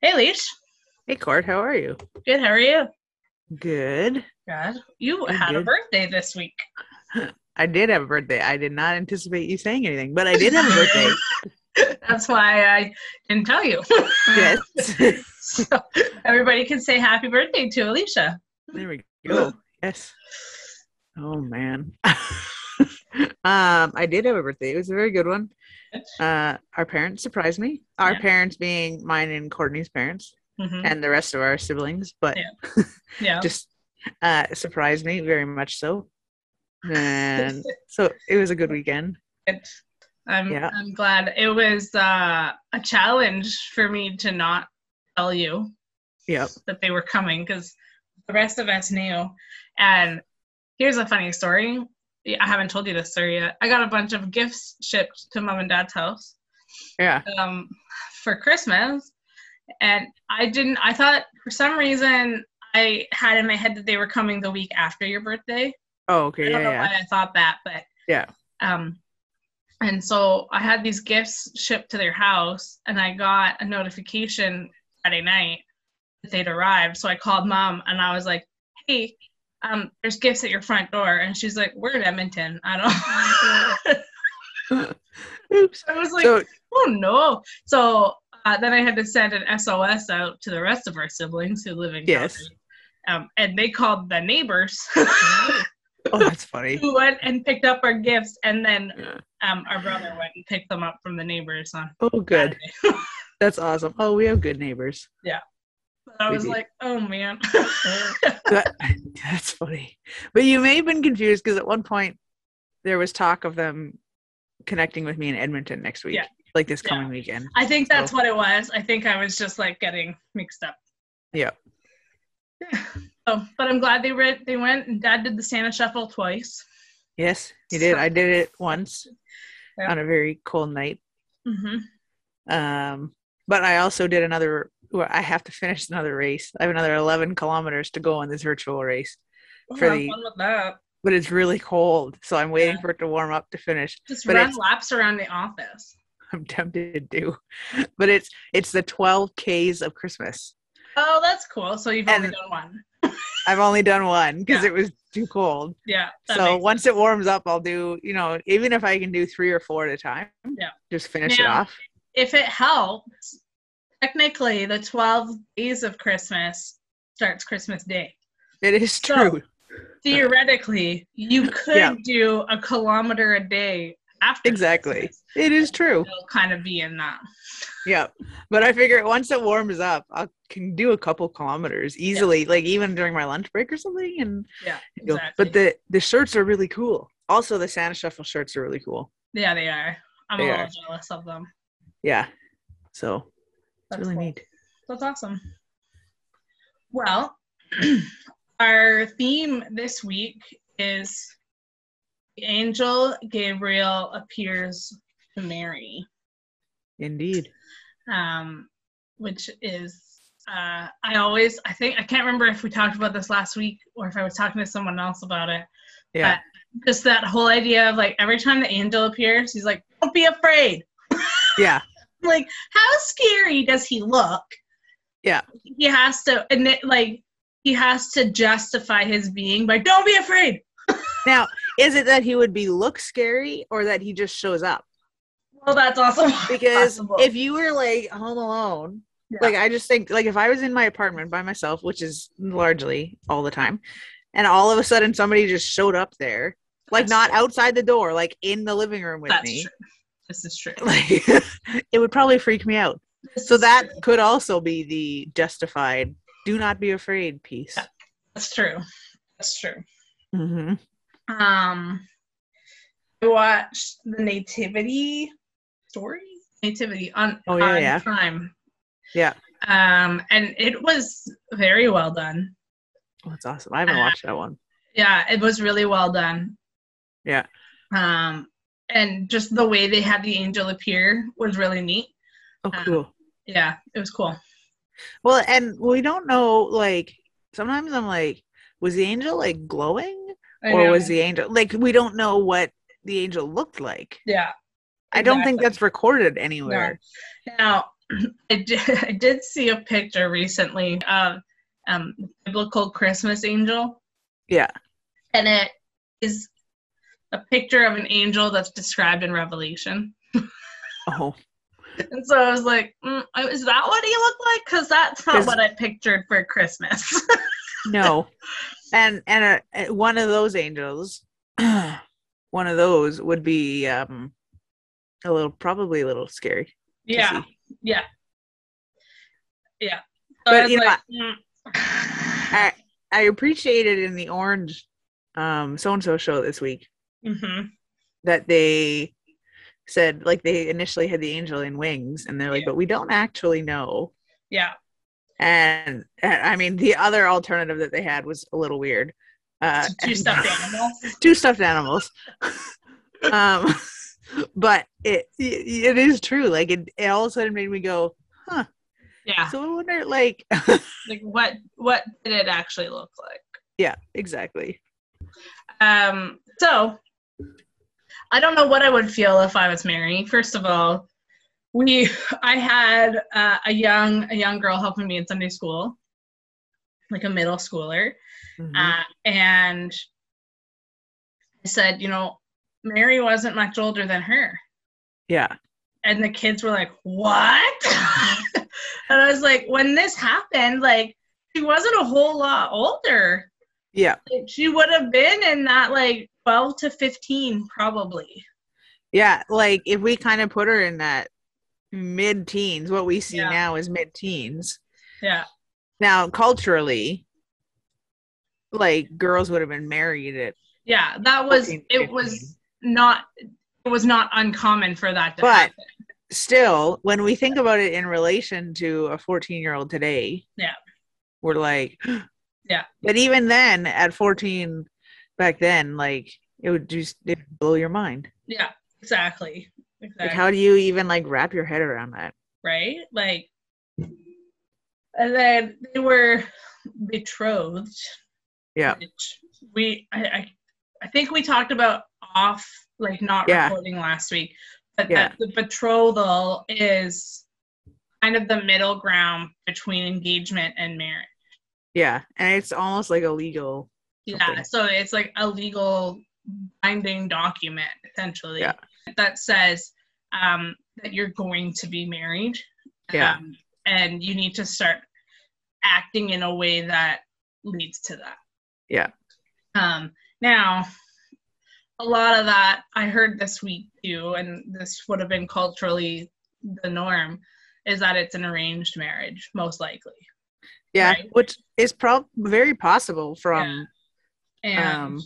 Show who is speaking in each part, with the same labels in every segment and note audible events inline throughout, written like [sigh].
Speaker 1: Hey, Leash.
Speaker 2: Hey, Cord, how are you?
Speaker 1: Good. How are you?
Speaker 2: Good.
Speaker 1: Good. You
Speaker 2: I'm
Speaker 1: had a
Speaker 2: good.
Speaker 1: birthday this week.
Speaker 2: I did have a birthday. I did not anticipate you saying anything, but I did have
Speaker 1: [laughs]
Speaker 2: a birthday.
Speaker 1: That's why I didn't tell you. [laughs]
Speaker 2: yes. [laughs]
Speaker 1: so everybody can say happy birthday to Alicia.
Speaker 2: there we go. Yes. Oh man. [laughs] um, I did have a birthday. It was a very good one. Uh, our parents surprised me. Our
Speaker 1: Yeah.
Speaker 2: parents being mine and Courtney's parents,
Speaker 1: hmm
Speaker 2: and the rest of our siblings, but
Speaker 1: Yeah.
Speaker 2: just uh, surprised me very much so.
Speaker 1: [laughs]
Speaker 2: And so it was a good weekend.
Speaker 1: Good. I'm,
Speaker 2: Yeah.
Speaker 1: I'm glad. It was uh, a challenge for me to not tell you
Speaker 2: Yep.
Speaker 1: that they were coming because the rest of us knew. And here's a funny story. I haven't told you this story yet. I got a bunch of gifts shipped to mom and dad's house.
Speaker 2: Yeah.
Speaker 1: um, for Christmas, and I didn't. I thought for some reason I had in my head that they were coming the week after your birthday.
Speaker 2: Oh, okay.
Speaker 1: I
Speaker 2: Yeah.
Speaker 1: don't know
Speaker 2: yeah.
Speaker 1: why I thought that, but
Speaker 2: Yeah.
Speaker 1: Um, and so I had these gifts shipped to their house, and I got a notification Friday night that they'd arrived. So I called mom, and I was like, "Hey." Um, there's gifts at your front door, and she's like, "We're in Edmonton. I don't." [laughs]
Speaker 2: Oops.
Speaker 1: I was like,
Speaker 2: So
Speaker 1: Oh no! So uh, then I had to send an SOS out to the rest of our siblings who live in
Speaker 2: Yes.
Speaker 1: Calgary. Um, and they called the neighbors [laughs]
Speaker 2: Oh, that's funny.
Speaker 1: who went and picked up our gifts, and then
Speaker 2: Yeah.
Speaker 1: um, our brother went and picked them up from the neighbors on.
Speaker 2: [laughs] Oh, good.
Speaker 1: Saturday.
Speaker 2: That's awesome. Oh, we have good neighbors.
Speaker 1: But I
Speaker 2: We
Speaker 1: was
Speaker 2: did.
Speaker 1: like, oh
Speaker 2: [laughs]
Speaker 1: man.
Speaker 2: That- [laughs] that's funny. But you may have been confused because at one point there was talk of them connecting with me in Edmonton next week,
Speaker 1: Yeah.
Speaker 2: like this
Speaker 1: Yeah.
Speaker 2: coming weekend.
Speaker 1: I think that's
Speaker 2: So-
Speaker 1: what it was. I think I was just like getting mixed up.
Speaker 2: Yeah.
Speaker 1: [laughs] So, but I'm glad they went. They went, and Dad did the Santa shuffle twice.
Speaker 2: Yes, you did. I did it once
Speaker 1: Yeah.
Speaker 2: on a very cold night.
Speaker 1: hmm
Speaker 2: Um, but I also did another. Well, I have to finish another race. I have another 11 kilometers to go on this virtual race, For
Speaker 1: have
Speaker 2: the-
Speaker 1: fun with that.
Speaker 2: but it's really cold, so I'm waiting for it to warm up to finish.
Speaker 1: Just
Speaker 2: But
Speaker 1: run
Speaker 2: it's-
Speaker 1: laps around the office.
Speaker 2: [laughs] I'm tempted to do, but it's it's the 12 Ks of Christmas.
Speaker 1: Oh, that's cool. So you've only
Speaker 2: And-
Speaker 1: done one.
Speaker 2: I've only done one because
Speaker 1: Yeah.
Speaker 2: it was too cold.
Speaker 1: Yeah. that
Speaker 2: So
Speaker 1: makes
Speaker 2: once it warms up, I'll do you know even if I can do three or four at a time.
Speaker 1: Yeah.
Speaker 2: just finish it
Speaker 1: Now-
Speaker 2: off.
Speaker 1: If it helps, technically the 12 days of Christmas starts Christmas Day.
Speaker 2: It is
Speaker 1: So-
Speaker 2: true. [laughs]
Speaker 1: Theoretically, you could
Speaker 2: Yeah.
Speaker 1: do a kilometer a day after.
Speaker 2: Exactly.
Speaker 1: Christmas.
Speaker 2: It is true.
Speaker 1: It'll kind of be in that.
Speaker 2: Yeah, but I figure once it warms up, I can do a couple kilometers easily, like even during my lunch break or something. And
Speaker 1: Yeah.
Speaker 2: go-
Speaker 1: Exactly.
Speaker 2: but the the shirts are really cool. Also, the Santa Shuffle shirts are really cool.
Speaker 1: yeah, they are. I'm
Speaker 2: They
Speaker 1: a little
Speaker 2: are.
Speaker 1: jealous of them.
Speaker 2: Yeah, so it's
Speaker 1: That's
Speaker 2: really
Speaker 1: cool.
Speaker 2: neat.
Speaker 1: That's awesome. Well, [clears throat] our theme this week is the angel Gabriel appears to Mary,
Speaker 2: Indeed.
Speaker 1: um, which is uh, I always I think I can't remember if we talked about this last week or if I was talking to someone else about it.
Speaker 2: Yeah.
Speaker 1: Just that whole idea of like every time the angel appears, he's like, "Don't be afraid."
Speaker 2: yeah.
Speaker 1: Like, how scary does he look?
Speaker 2: Yeah.
Speaker 1: he has to and it, like he has to justify his being by don't be afraid
Speaker 2: Now, is it that he would be look scary or that he just shows up?
Speaker 1: well that's also [laughs]
Speaker 2: Because
Speaker 1: possible.
Speaker 2: if you were like home alone,
Speaker 1: Yeah.
Speaker 2: like I just think like if I was in my apartment by myself, which is largely all the time, and all of a sudden somebody just showed up there, like
Speaker 1: That's
Speaker 2: not
Speaker 1: true.
Speaker 2: outside the door, like in the living room with
Speaker 1: that's
Speaker 2: me,
Speaker 1: true this is
Speaker 2: [laughs]
Speaker 1: true
Speaker 2: like it would probably freak me out.
Speaker 1: This
Speaker 2: So
Speaker 1: is
Speaker 2: that
Speaker 1: true.
Speaker 2: could also be the justified do not be afraid piece.
Speaker 1: Yeah. that's true that's true
Speaker 2: hmm
Speaker 1: um i watched the nativity story nativity on
Speaker 2: Oh, yeah,
Speaker 1: on
Speaker 2: yeah.
Speaker 1: prime
Speaker 2: Yeah.
Speaker 1: um and it was very well done
Speaker 2: Oh, that's awesome. I haven't
Speaker 1: Uh-huh.
Speaker 2: watched that one.
Speaker 1: Yeah, it was really well done.
Speaker 2: Yeah.
Speaker 1: Um, and just the way they had the angel appear was really neat.
Speaker 2: Oh,
Speaker 1: Uh,
Speaker 2: cool.
Speaker 1: Yeah, it was cool.
Speaker 2: Well, and we don't know. Like sometimes I'm like, was the angel like glowing,
Speaker 1: I
Speaker 2: or
Speaker 1: know.
Speaker 2: was the angel like we don't know what the angel looked like?
Speaker 1: yeah.
Speaker 2: I don't think
Speaker 1: Exactly.
Speaker 2: that's recorded anywhere.
Speaker 1: Now [clears throat] I did, [laughs] I did see a picture recently of um, biblical Christmas angel,
Speaker 2: Yeah.
Speaker 1: and it is a picture of an angel that's described in Revelation.
Speaker 2: Oh,
Speaker 1: And so I was like, mm, is that what he looked like? Because that's not
Speaker 2: Does-
Speaker 1: what I pictured for Christmas. [laughs]
Speaker 2: no. and and uh, uh, one of those angels, [clears throat] one of those would be um a little probably a little scary. to
Speaker 1: yeah,
Speaker 2: see.
Speaker 1: yeah, yeah. So
Speaker 2: But
Speaker 1: I was
Speaker 2: you know
Speaker 1: like,
Speaker 2: [sighs] I I appreciated in the orange um so and so show this week
Speaker 1: mm-hmm.
Speaker 2: that they said like they initially had the angel in wings and they're like,
Speaker 1: Yeah.
Speaker 2: but we don't actually know
Speaker 1: yeah,
Speaker 2: and, and I mean the other alternative that they had was a little weird. Uh,
Speaker 1: two
Speaker 2: and-
Speaker 1: stuffed
Speaker 2: [laughs]
Speaker 1: animals.
Speaker 2: two stuffed animals. [laughs] um, but it it is true. Like it, it all of a sudden made me go.
Speaker 1: Yeah,
Speaker 2: So I wonder, like, [laughs]
Speaker 1: like what what did it actually look like?
Speaker 2: yeah, exactly.
Speaker 1: Um, so I don't know what I would feel if I was Mary. First of all, we [laughs] I had uh, a young a young girl helping me in Sunday school, like a middle schooler,
Speaker 2: Mm-hmm.
Speaker 1: uh, and I said, you know, Mary wasn't much older than her,
Speaker 2: yeah,
Speaker 1: and the kids were like, "What?" [laughs] and I was like, "When this happened, like." She wasn't a whole lot older
Speaker 2: yeah,
Speaker 1: she would have been in that like 12 to 15 probably
Speaker 2: yeah. Like if we kind of put her in that mid-teens, what we see
Speaker 1: Yeah.
Speaker 2: now is mid-teens.
Speaker 1: yeah
Speaker 2: Now culturally, like girls would have been married at
Speaker 1: yeah that was
Speaker 2: 14,
Speaker 1: it
Speaker 2: 15.
Speaker 1: was not it was not uncommon for that to
Speaker 2: But-
Speaker 1: happen
Speaker 2: still when we think about it in relation to a 14 year old today
Speaker 1: Yeah.
Speaker 2: we're like [gasps]
Speaker 1: Yeah.
Speaker 2: but even then at 14 back then like it would just it would blow your mind
Speaker 1: yeah exactly exactly
Speaker 2: like how do you even like wrap your head around that
Speaker 1: right like and then they were betrothed
Speaker 2: Yeah.
Speaker 1: which we I, I i think we talked about off like not
Speaker 2: Yeah.
Speaker 1: recording last week but
Speaker 2: Yeah.
Speaker 1: that the betrothal is kind of the middle ground between engagement and marriage
Speaker 2: yeah and it's almost like illegal
Speaker 1: yeah
Speaker 2: Something.
Speaker 1: so it's like a legal binding document essentially
Speaker 2: Yeah.
Speaker 1: that says um, that you're going to be married
Speaker 2: Yeah.
Speaker 1: um, and you need to start acting in a way that leads to that
Speaker 2: Yeah.
Speaker 1: um, now a lot of that i heard this week too and this would have been culturally the norm is that it's an arranged marriage most likely
Speaker 2: yeah
Speaker 1: Right.
Speaker 2: which is prob very possible from
Speaker 1: and
Speaker 2: um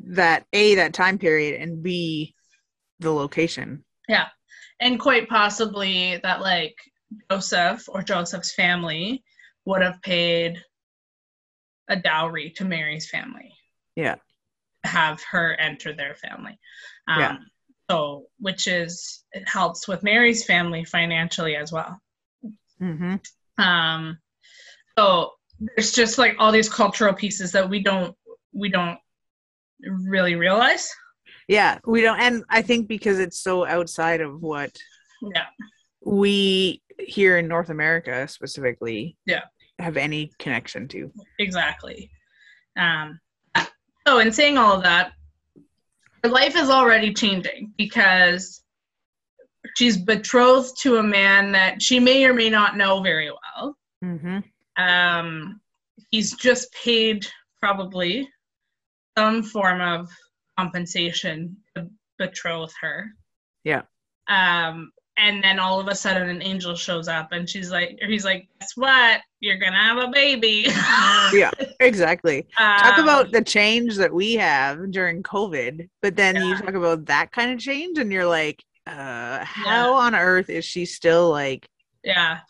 Speaker 2: that a that time period and b the location
Speaker 1: and quite possibly that like Joseph or Joseph's family would have paid a dowry to Mary's family.
Speaker 2: Yeah.
Speaker 1: To have her enter their family. Um,
Speaker 2: Yeah.
Speaker 1: So, which is, it helps with Mary's family financially as well.
Speaker 2: mm-hmm.
Speaker 1: Um, so there's just like all these cultural pieces that we don't, we don't really realize.
Speaker 2: Yeah, we don't, and I think because it's so outside of what
Speaker 1: Yeah.
Speaker 2: we here in North America specifically,
Speaker 1: Yeah.
Speaker 2: have any connection to.
Speaker 1: Exactly. Um, so, in saying all of that, her life is already changing because she's betrothed to a man that she may or may not know very well.
Speaker 2: Mm-hmm.
Speaker 1: Um, he's just paid probably some form of compensation to betroth her.
Speaker 2: Yeah.
Speaker 1: Um, and then all of a sudden, an angel shows up, and she's like, or "He's like, guess what? You're gonna have a baby."
Speaker 2: Yeah, exactly.
Speaker 1: Um,
Speaker 2: Talk about the change that we have during COVID, but then you
Speaker 1: Yeah.
Speaker 2: talk about that kind of change, and you're like, uh, how on earth is she still like
Speaker 1: yeah,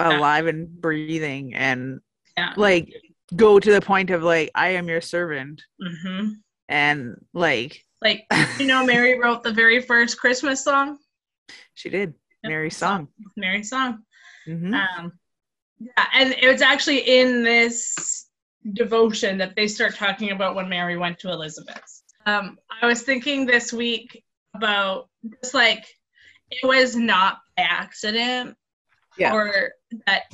Speaker 1: Yeah.
Speaker 2: alive and breathing and
Speaker 1: yeah,
Speaker 2: like go to the point of like, I am your servant,
Speaker 1: hmm
Speaker 2: and like
Speaker 1: like you
Speaker 2: [laughs]
Speaker 1: know, Mary wrote the very first Christmas song,
Speaker 2: she did.
Speaker 1: Yep,
Speaker 2: Mary's
Speaker 1: song.
Speaker 2: song.
Speaker 1: Mary's song.
Speaker 2: Mm-hmm.
Speaker 1: Um, yeah, and it was actually in this devotion that they start talking about when Mary went to Elizabeth's. Um, I was thinking this week about just like it was not by accident
Speaker 2: Yeah.
Speaker 1: or that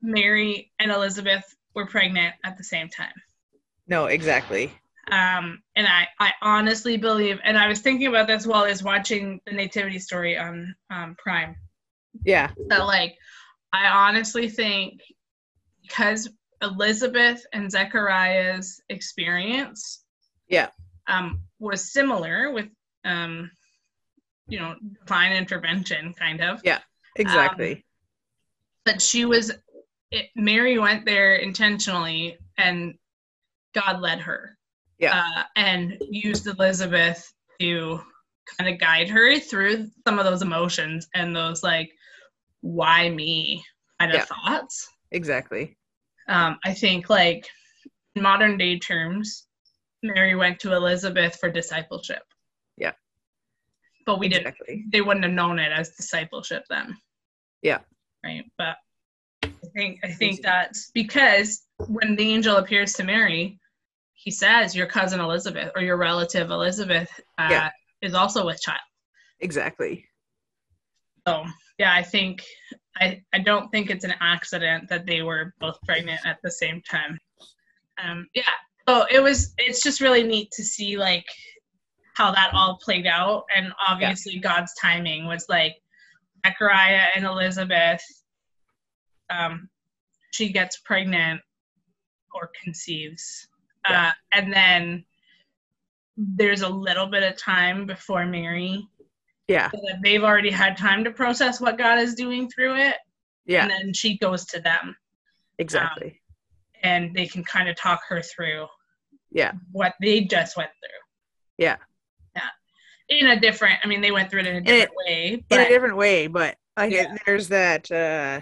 Speaker 1: Mary and Elizabeth were pregnant at the same time.
Speaker 2: No, exactly.
Speaker 1: Um, and I, I honestly believe, and I was thinking about this while I was watching the Nativity story on um, Prime,
Speaker 2: Yeah.
Speaker 1: that like, I honestly think because Elizabeth and Zechariah's experience,
Speaker 2: Yeah.
Speaker 1: um, was similar with, um, you know, divine intervention, kind of.
Speaker 2: Exactly.
Speaker 1: um, but she was it, mary went there intentionally and god led her
Speaker 2: Yeah.
Speaker 1: uh, and used elizabeth to kind of guide her through some of those emotions and those like why me kind of
Speaker 2: Yeah.
Speaker 1: thoughts
Speaker 2: exactly.
Speaker 1: um, i think like in modern day terms mary went to elizabeth for discipleship
Speaker 2: Yeah.
Speaker 1: but we didn't
Speaker 2: exactly.
Speaker 1: they wouldn't have known it as discipleship then.
Speaker 2: Yeah.
Speaker 1: Right. But I think I think that's because when the angel appears to Mary, he says your cousin Elizabeth or your relative Elizabeth uh,
Speaker 2: Yeah.
Speaker 1: is also with child.
Speaker 2: Exactly.
Speaker 1: So yeah, I think I, I don't think it's an accident that they were both pregnant at the same time. Um, yeah. So it was it's just really neat to see like how that all played out and obviously God's timing was like Zechariah and Elizabeth um she gets pregnant or conceives. Uh,
Speaker 2: Yeah.
Speaker 1: and then there's a little bit of time before Mary
Speaker 2: Yeah.
Speaker 1: so that they've already had time to process what God is doing through it.
Speaker 2: Yeah.
Speaker 1: And then um, she goes to them
Speaker 2: Exactly.
Speaker 1: and they can kind of talk her through
Speaker 2: Yeah.
Speaker 1: what they just went through.
Speaker 2: Yeah.
Speaker 1: Yeah. In a different, I mean, they went through it in a different way,
Speaker 2: in a
Speaker 1: but
Speaker 2: different way, but like
Speaker 1: Yeah.
Speaker 2: there's that uh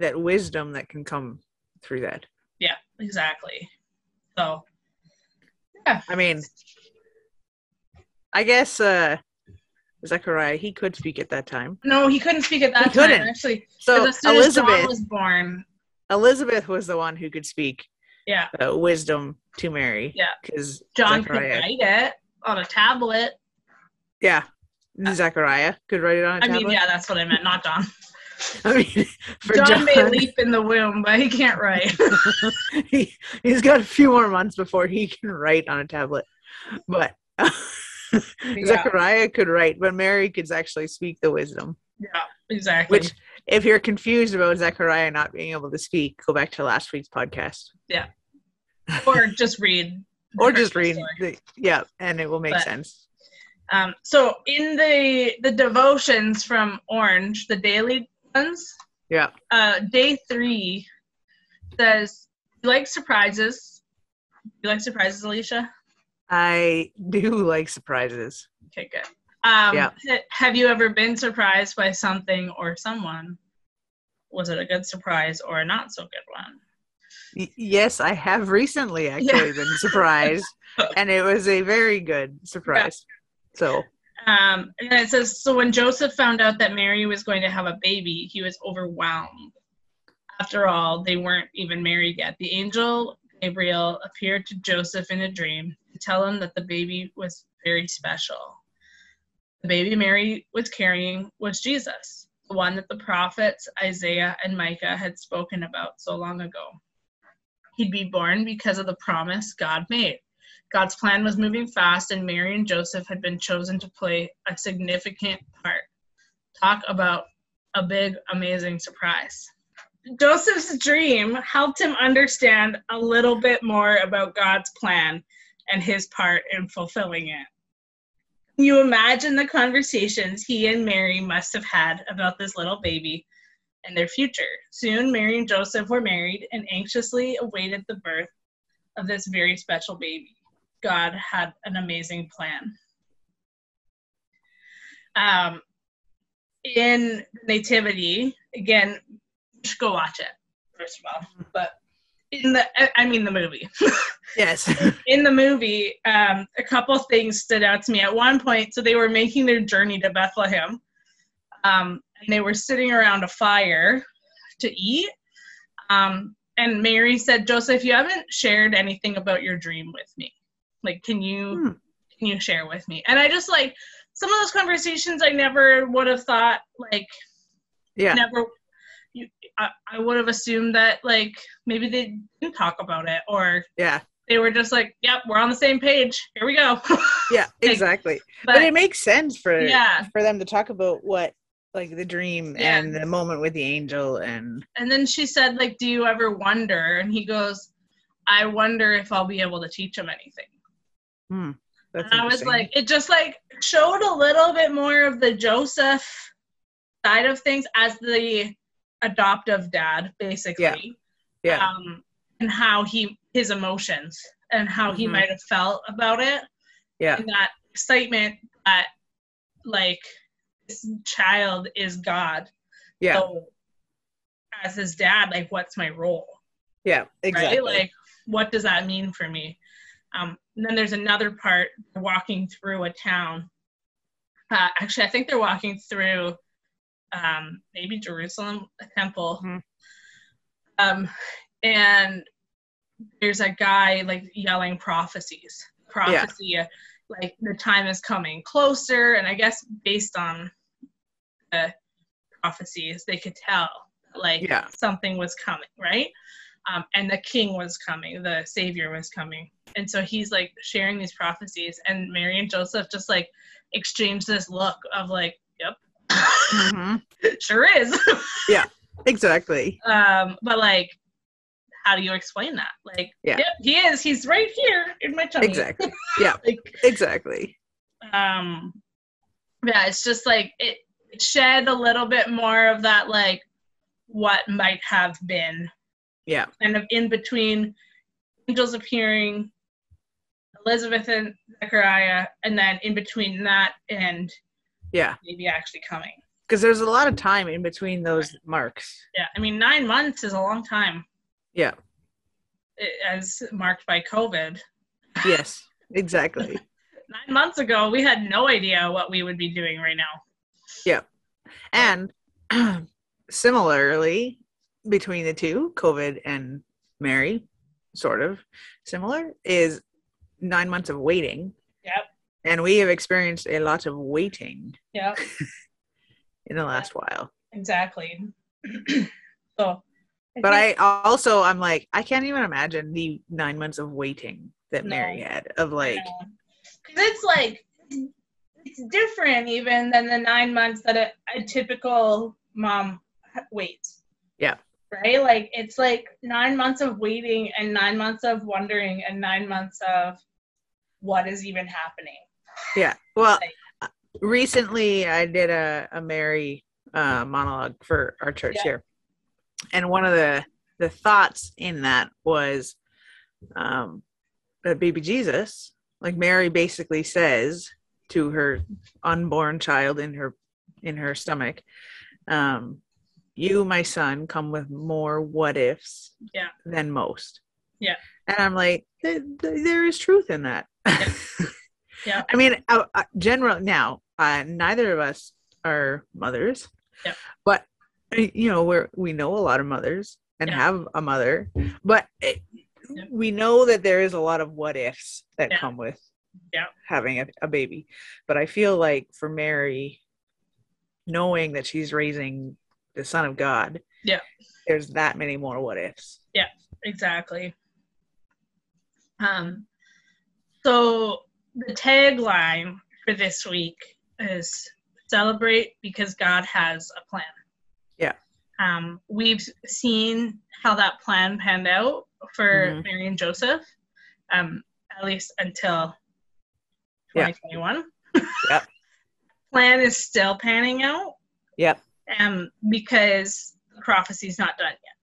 Speaker 2: that wisdom that can come through that.
Speaker 1: yeah, exactly. So,
Speaker 2: I mean I guess uh Zechariah he could speak at that time.
Speaker 1: no, he couldn't speak at that
Speaker 2: He
Speaker 1: time.
Speaker 2: couldn't.
Speaker 1: Actually,
Speaker 2: So
Speaker 1: 'Cause as soon as John
Speaker 2: Elizabeth
Speaker 1: was born,
Speaker 2: Elizabeth was the one who could speak
Speaker 1: yeah,
Speaker 2: uh, wisdom to Mary.
Speaker 1: Yeah.
Speaker 2: Cuz
Speaker 1: John
Speaker 2: Zechariah.
Speaker 1: could write it on a tablet.
Speaker 2: Yeah. Zechariah could write it on a
Speaker 1: Uh, I
Speaker 2: tablet.
Speaker 1: mean, yeah, that's what I meant, not John.
Speaker 2: [laughs] I mean, for
Speaker 1: John,
Speaker 2: John,
Speaker 1: may leap in the womb, but he can't write.
Speaker 2: [laughs] he, he's got a few more months before he can write on a tablet. But Zechariah could write, but Mary could actually speak the wisdom.
Speaker 1: yeah, exactly.
Speaker 2: Which, if you're confused about Zechariah not being able to speak, go back to last week's podcast
Speaker 1: or just read the
Speaker 2: or just read.
Speaker 1: Christmas story.
Speaker 2: The, yeah, and it will make
Speaker 1: But-
Speaker 2: sense.
Speaker 1: um, so in the the devotions from orange the daily ones
Speaker 2: Yeah.
Speaker 1: uh, day three says you like surprises you like surprises alicia
Speaker 2: I do like surprises.
Speaker 1: okay good um,
Speaker 2: Yeah.
Speaker 1: ha- have you ever been surprised by something or someone was it a good surprise or a not so good one
Speaker 2: Y- yes, I have
Speaker 1: [laughs]
Speaker 2: recently actually been surprised, and it was a very good surprise. So,
Speaker 1: um, and then it says so when joseph found out that mary was going to have a baby he was overwhelmed after all they weren't even married yet the angel gabriel appeared to joseph in a dream to tell him that the baby was very special the baby mary was carrying was jesus the one that the prophets isaiah and micah had spoken about so long ago he'd be born because of the promise god made God's plan was moving fast, and Mary and Joseph had been chosen to play a significant part. Talk about a big, amazing surprise. Joseph's dream helped him understand a little bit more about God's plan and his part in fulfilling it. Can you imagine the conversations he and Mary must have had about this little baby and their future? Soon, Mary and Joseph were married and anxiously awaited the birth of this very special baby. God had an amazing plan. Um, in Nativity, again, just go watch it, first of all. But in the, I- I mean, the movie.
Speaker 2: yes.
Speaker 1: in the movie, um, a couple things stood out to me. At one point, so they were making their journey to Bethlehem, um, and they were sitting around a fire to eat. Um, and Mary said, "Joseph, you haven't shared anything about your dream with me. Like, can you
Speaker 2: Hmm.
Speaker 1: can you share with me?" And I just like some of those conversations I never would have thought like
Speaker 2: Yeah.
Speaker 1: never you, I, I would have assumed that like maybe they didn't talk about it or
Speaker 2: [laughs] Yeah.
Speaker 1: they were just like, yep, we're on the same page. Here we go. [laughs]
Speaker 2: Yeah.
Speaker 1: Like,
Speaker 2: Exactly.
Speaker 1: but
Speaker 2: But, it makes sense for
Speaker 1: yeah.
Speaker 2: for them to talk about what like the dream
Speaker 1: Yeah.
Speaker 2: and the moment with the angel and
Speaker 1: And then she said, like, do you ever wonder? And he goes, I wonder if I'll be able to teach him anything.
Speaker 2: hmm, that's
Speaker 1: and I was
Speaker 2: interesting.
Speaker 1: like, it just like showed a little bit more of the Joseph side of things as the adoptive dad, basically.
Speaker 2: yeah,
Speaker 1: Um, and how he his emotions and how he
Speaker 2: Mhm.
Speaker 1: might have felt about it.
Speaker 2: Yeah.
Speaker 1: And that excitement that like this child is God.
Speaker 2: yeah,
Speaker 1: So as his dad, like what's my role?
Speaker 2: yeah, exactly.
Speaker 1: right? Like, what does that mean for me? Um, and then there's another part walking through a town. Uh, actually, I think they're walking through um, maybe Jerusalem, a temple.
Speaker 2: Mhm.
Speaker 1: Um, and there's a guy like yelling prophecies. Prophecy, like the time is coming closer. And I guess based on the prophecies, they could tell like
Speaker 2: Yeah.
Speaker 1: something was coming, right? um, and the king was coming, the savior was coming. And so he's like sharing these prophecies, and Mary and Joseph just like exchange this look of like, yep, [laughs]
Speaker 2: Mhm,
Speaker 1: sure is. [laughs]
Speaker 2: Exactly.
Speaker 1: um, but like, how do you explain that? Like,
Speaker 2: Yeah.
Speaker 1: yep, he is. He's right here in my tummy.
Speaker 2: Exactly. Yeah.
Speaker 1: Like,
Speaker 2: Exactly.
Speaker 1: um, yeah, it's just like it, it shed a little bit more of that like what might have been
Speaker 2: Yeah.
Speaker 1: kind of in between angels appearing, Elizabeth and Zechariah, and then in between that and
Speaker 2: Yeah.
Speaker 1: maybe actually coming.
Speaker 2: Because there's a lot of time in between those marks.
Speaker 1: Yeah, I mean, nine months is a long time.
Speaker 2: Yeah.
Speaker 1: i- As marked by COVID.
Speaker 2: Yes. Exactly.
Speaker 1: Nine months ago, we had no idea what we would be doing right now.
Speaker 2: And [clears throat] similarly, between the two, COVID and Mary, sort of similar, is nine months of waiting.
Speaker 1: Yep.
Speaker 2: And we have experienced a lot of waiting
Speaker 1: Yeah,
Speaker 2: in the last while.
Speaker 1: exactly. [clears throat] so,
Speaker 2: But
Speaker 1: think-
Speaker 2: I also, I'm like, I can't even imagine the nine months of waiting that
Speaker 1: No.
Speaker 2: Mary had of like,
Speaker 1: because it's like it's different even than the nine months that a, a typical mom waits
Speaker 2: Yeah.
Speaker 1: right like it's like nine months of waiting and nine months of wondering and nine months of what is even happening
Speaker 2: Yeah. Well,
Speaker 1: Like-
Speaker 2: uh, recently I did a, a Mary uh, monologue for our church
Speaker 1: Yeah.
Speaker 2: here. And one of the, the thoughts in that was um, that baby Jesus, like Mary basically says to her unborn child in her in her stomach, um, you, my son, come with more what ifs
Speaker 1: Yeah.
Speaker 2: than most.
Speaker 1: Yeah.
Speaker 2: And I'm like, th- th- there is truth in that.
Speaker 1: Yeah.
Speaker 2: I mean, uh, uh, general now, uh, neither of us are mothers.
Speaker 1: Yep.
Speaker 2: But uh, you know, we're we know a lot of mothers and
Speaker 1: Yeah.
Speaker 2: have a mother, but it,
Speaker 1: Yep.
Speaker 2: we know that there is a lot of what ifs that
Speaker 1: Yeah.
Speaker 2: come with
Speaker 1: Yeah.
Speaker 2: having a, a baby. But I feel like for Mary, knowing that she's raising the Son of God,
Speaker 1: Yeah.
Speaker 2: there's that many more what ifs.
Speaker 1: exactly um so the tagline for this week is celebrate because god has a plan
Speaker 2: Yeah.
Speaker 1: um we've seen how that plan panned out for
Speaker 2: Mhm.
Speaker 1: mary and joseph um at least until
Speaker 2: Yeah.
Speaker 1: 2021
Speaker 2: Yep.
Speaker 1: [laughs] plan is still panning out
Speaker 2: Yep,
Speaker 1: um because the prophecy's not done yet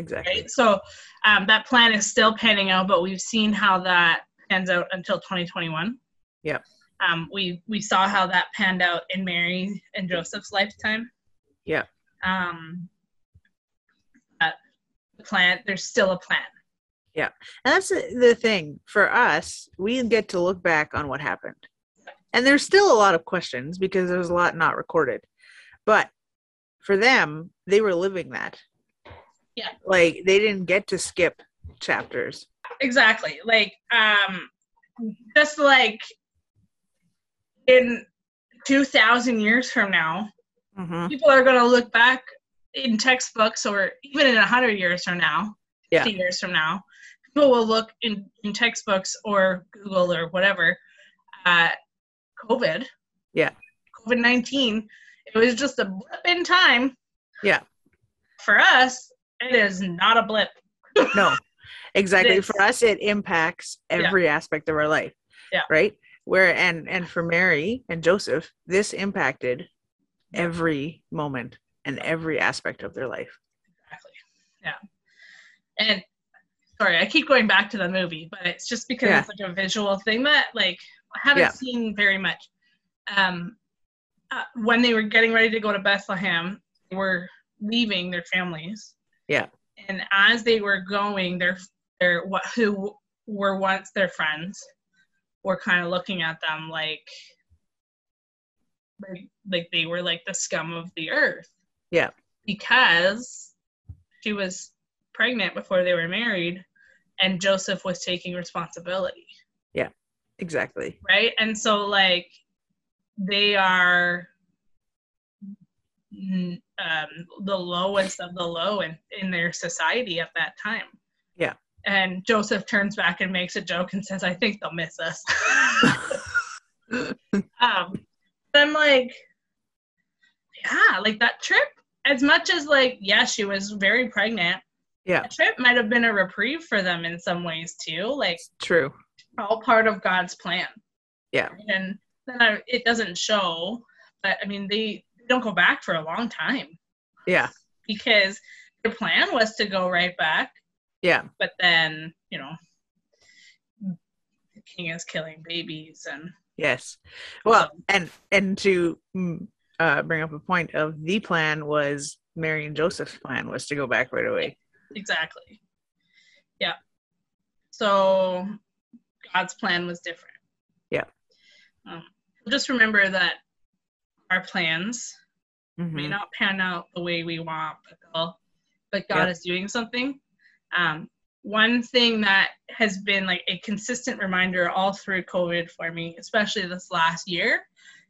Speaker 2: exactly.
Speaker 1: right? So um, that plan is still panning out, but we've seen how that pans out until 2021.
Speaker 2: Yep.
Speaker 1: Um, we we saw how that panned out in Mary and Joseph's lifetime.
Speaker 2: Yep.
Speaker 1: Um, but the plan, there's still a plan.
Speaker 2: And that's the the thing for us, we get to look back on what happened. And there's still a lot of questions because there was a lot not recorded. But for them, they were living that.
Speaker 1: Yeah.
Speaker 2: Like they didn't get to skip chapters.
Speaker 1: Exactly. Like um, just like in 2,000 years from now,
Speaker 2: Mm-hmm.
Speaker 1: Mm-hmm. people are going to look back in textbooks or even in 100 years from now,
Speaker 2: Yeah.
Speaker 1: 50 years from now, people will look in, in textbooks or Google or whatever at COVID.
Speaker 2: Yeah.
Speaker 1: COVID 19. It was just a blip in time.
Speaker 2: Yeah.
Speaker 1: For us, it is not a blip.
Speaker 2: No, exactly.
Speaker 1: It's-
Speaker 2: For us, it impacts
Speaker 1: Yeah.
Speaker 2: every aspect of our life.
Speaker 1: Yeah.
Speaker 2: Right. Where and and for Mary and Joseph, this impacted every moment and every aspect of their life.
Speaker 1: Exactly. Yeah. And sorry, I keep going back to the movie, but it's just because
Speaker 2: Yeah.
Speaker 1: it's like a visual thing that like I haven't
Speaker 2: Yeah.
Speaker 1: seen very much. Um, uh, when they were getting ready to go to Bethlehem, they were leaving their families.
Speaker 2: Yeah.
Speaker 1: And as they were going, their their what who were once their friends were kind of looking at them like like like they were like the scum of the earth.
Speaker 2: Yeah.
Speaker 1: Because she was pregnant before they were married and Joseph was taking responsibility,
Speaker 2: Exactly.
Speaker 1: [laughs] right? And so like they are mm, um, the lowest of the low in, in their society at that time.
Speaker 2: Yeah.
Speaker 1: And Joseph turns back and makes a joke and says, I think they'll miss us. [laughs] Um, but I'm like, yeah, like that trip, as much as like, yeah, she was very pregnant.
Speaker 2: Yeah.
Speaker 1: The trip might have been a reprieve for them in some ways too. Like
Speaker 2: True.
Speaker 1: all part of God's plan.
Speaker 2: Yeah.
Speaker 1: And then I, it doesn't show, but I mean, they, they don't go back for a long time
Speaker 2: Yeah.
Speaker 1: because the plan was to go right back,
Speaker 2: Yeah.
Speaker 1: but then, you know, the king is killing babies and
Speaker 2: Yes. Well, and and to mm, uh, bring up a point of the plan was Mary and Joseph's plan was to go back right away.
Speaker 1: Exactly. Yeah. So God's plan was different.
Speaker 2: Yeah.
Speaker 1: Um, just remember that our plans may
Speaker 2: Mhm.
Speaker 1: not pan out the way we want, but, they'll- but God
Speaker 2: Yeah.
Speaker 1: is doing something. Um, one thing that has been like a consistent reminder all through COVID for me, especially this last year,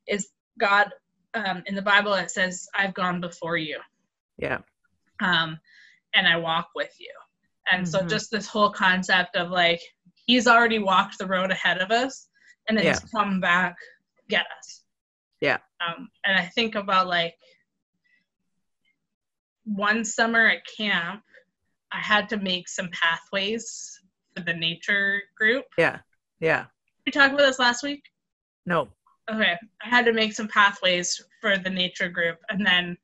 Speaker 1: is God um, in the Bible it says, "I've gone before you."
Speaker 2: Yeah.
Speaker 1: um, and I walk with you. And so
Speaker 2: Mhm.
Speaker 1: just this whole concept of like he's already walked the road ahead of us and then
Speaker 2: Yeah.
Speaker 1: he's come back to get us.
Speaker 2: Yeah.
Speaker 1: Um, and I think about like one summer at camp, I had to make some pathways for the nature group.
Speaker 2: Yeah.
Speaker 1: We talked about this last week
Speaker 2: No.
Speaker 1: okay, I had to make some pathways for the nature group, and then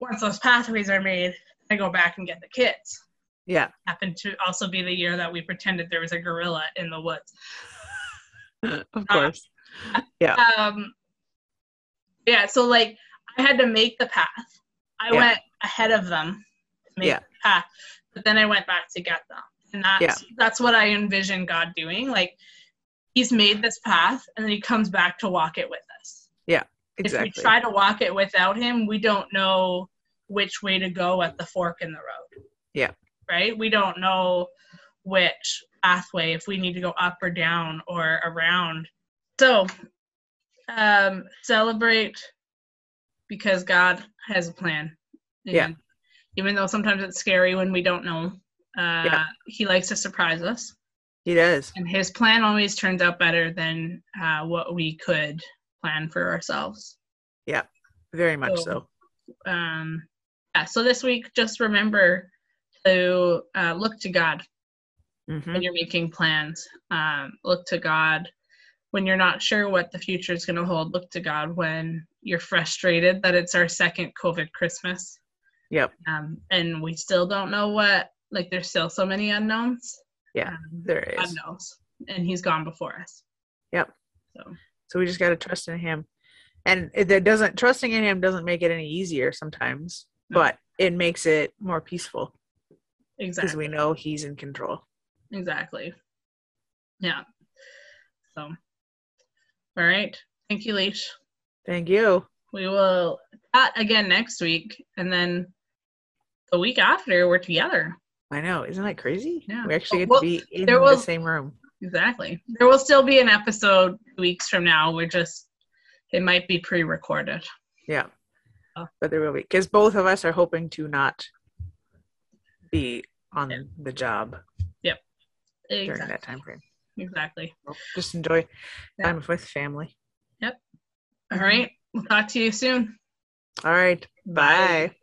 Speaker 1: once those pathways are made, I go back and get the kids. [laughs]
Speaker 2: Yeah.
Speaker 1: Happened to also be the year that we pretended there was a gorilla in the woods.
Speaker 2: Of course.
Speaker 1: Um, yeah, so like I had to make the path. I
Speaker 2: Yeah.
Speaker 1: went ahead of them to make
Speaker 2: Yeah.
Speaker 1: the path, but then I went back to get them. And that's that's what I envision God doing. Like he's made this path and then he comes back to walk it with us.
Speaker 2: Exactly.
Speaker 1: if we try to walk it without him, we don't know which way to go at the fork in the road.
Speaker 2: Yeah.
Speaker 1: Right? We don't know which pathway if we need to go up or down or around. So um celebrate because God has a plan.
Speaker 2: Yeah.
Speaker 1: And Even though sometimes it's scary when we don't know. Uh
Speaker 2: Yeah.
Speaker 1: he likes to surprise us.
Speaker 2: he does.
Speaker 1: And his plan always turns out better than uh, what we could plan for ourselves.
Speaker 2: Very much
Speaker 1: So-
Speaker 2: so.
Speaker 1: um yeah so this week just remember to uh, look to god
Speaker 2: Mhm.
Speaker 1: when you're making plans um look to god when you're not sure what the future is going to hold look to god when you're frustrated that it's our second covid christmas
Speaker 2: Yep.
Speaker 1: um and we still don't know what like there's still so many unknowns
Speaker 2: Yeah,
Speaker 1: um,
Speaker 2: There it
Speaker 1: god
Speaker 2: is.
Speaker 1: knows and he's gone before us
Speaker 2: Yep.
Speaker 1: so
Speaker 2: So we just got to trust in him. And it- that doesn't, trusting in him doesn't make it any easier sometimes,
Speaker 1: No.
Speaker 2: but it makes it more peaceful because
Speaker 1: exactly
Speaker 2: we know he's in control.
Speaker 1: Exactly. Yeah. So, all right. Thank you, Leash.
Speaker 2: Thank you.
Speaker 1: We will chat again next week, and then the week after we're together.
Speaker 2: I know. Isn't that crazy?
Speaker 1: Yeah.
Speaker 2: We actually get
Speaker 1: Well,
Speaker 2: to be in
Speaker 1: there
Speaker 2: the
Speaker 1: was-
Speaker 2: same room.
Speaker 1: Exactly. There will still be an episode weeks from now. We're just it might be pre-recorded.
Speaker 2: Yeah. but there will be because both of us are hoping to not be on
Speaker 1: Yeah.
Speaker 2: the job during
Speaker 1: Exactly.
Speaker 2: that time frame.
Speaker 1: Exactly.
Speaker 2: Just enjoy
Speaker 1: Yeah.
Speaker 2: time with family.
Speaker 1: All right. We'll talk to you soon.
Speaker 2: All right. Bye.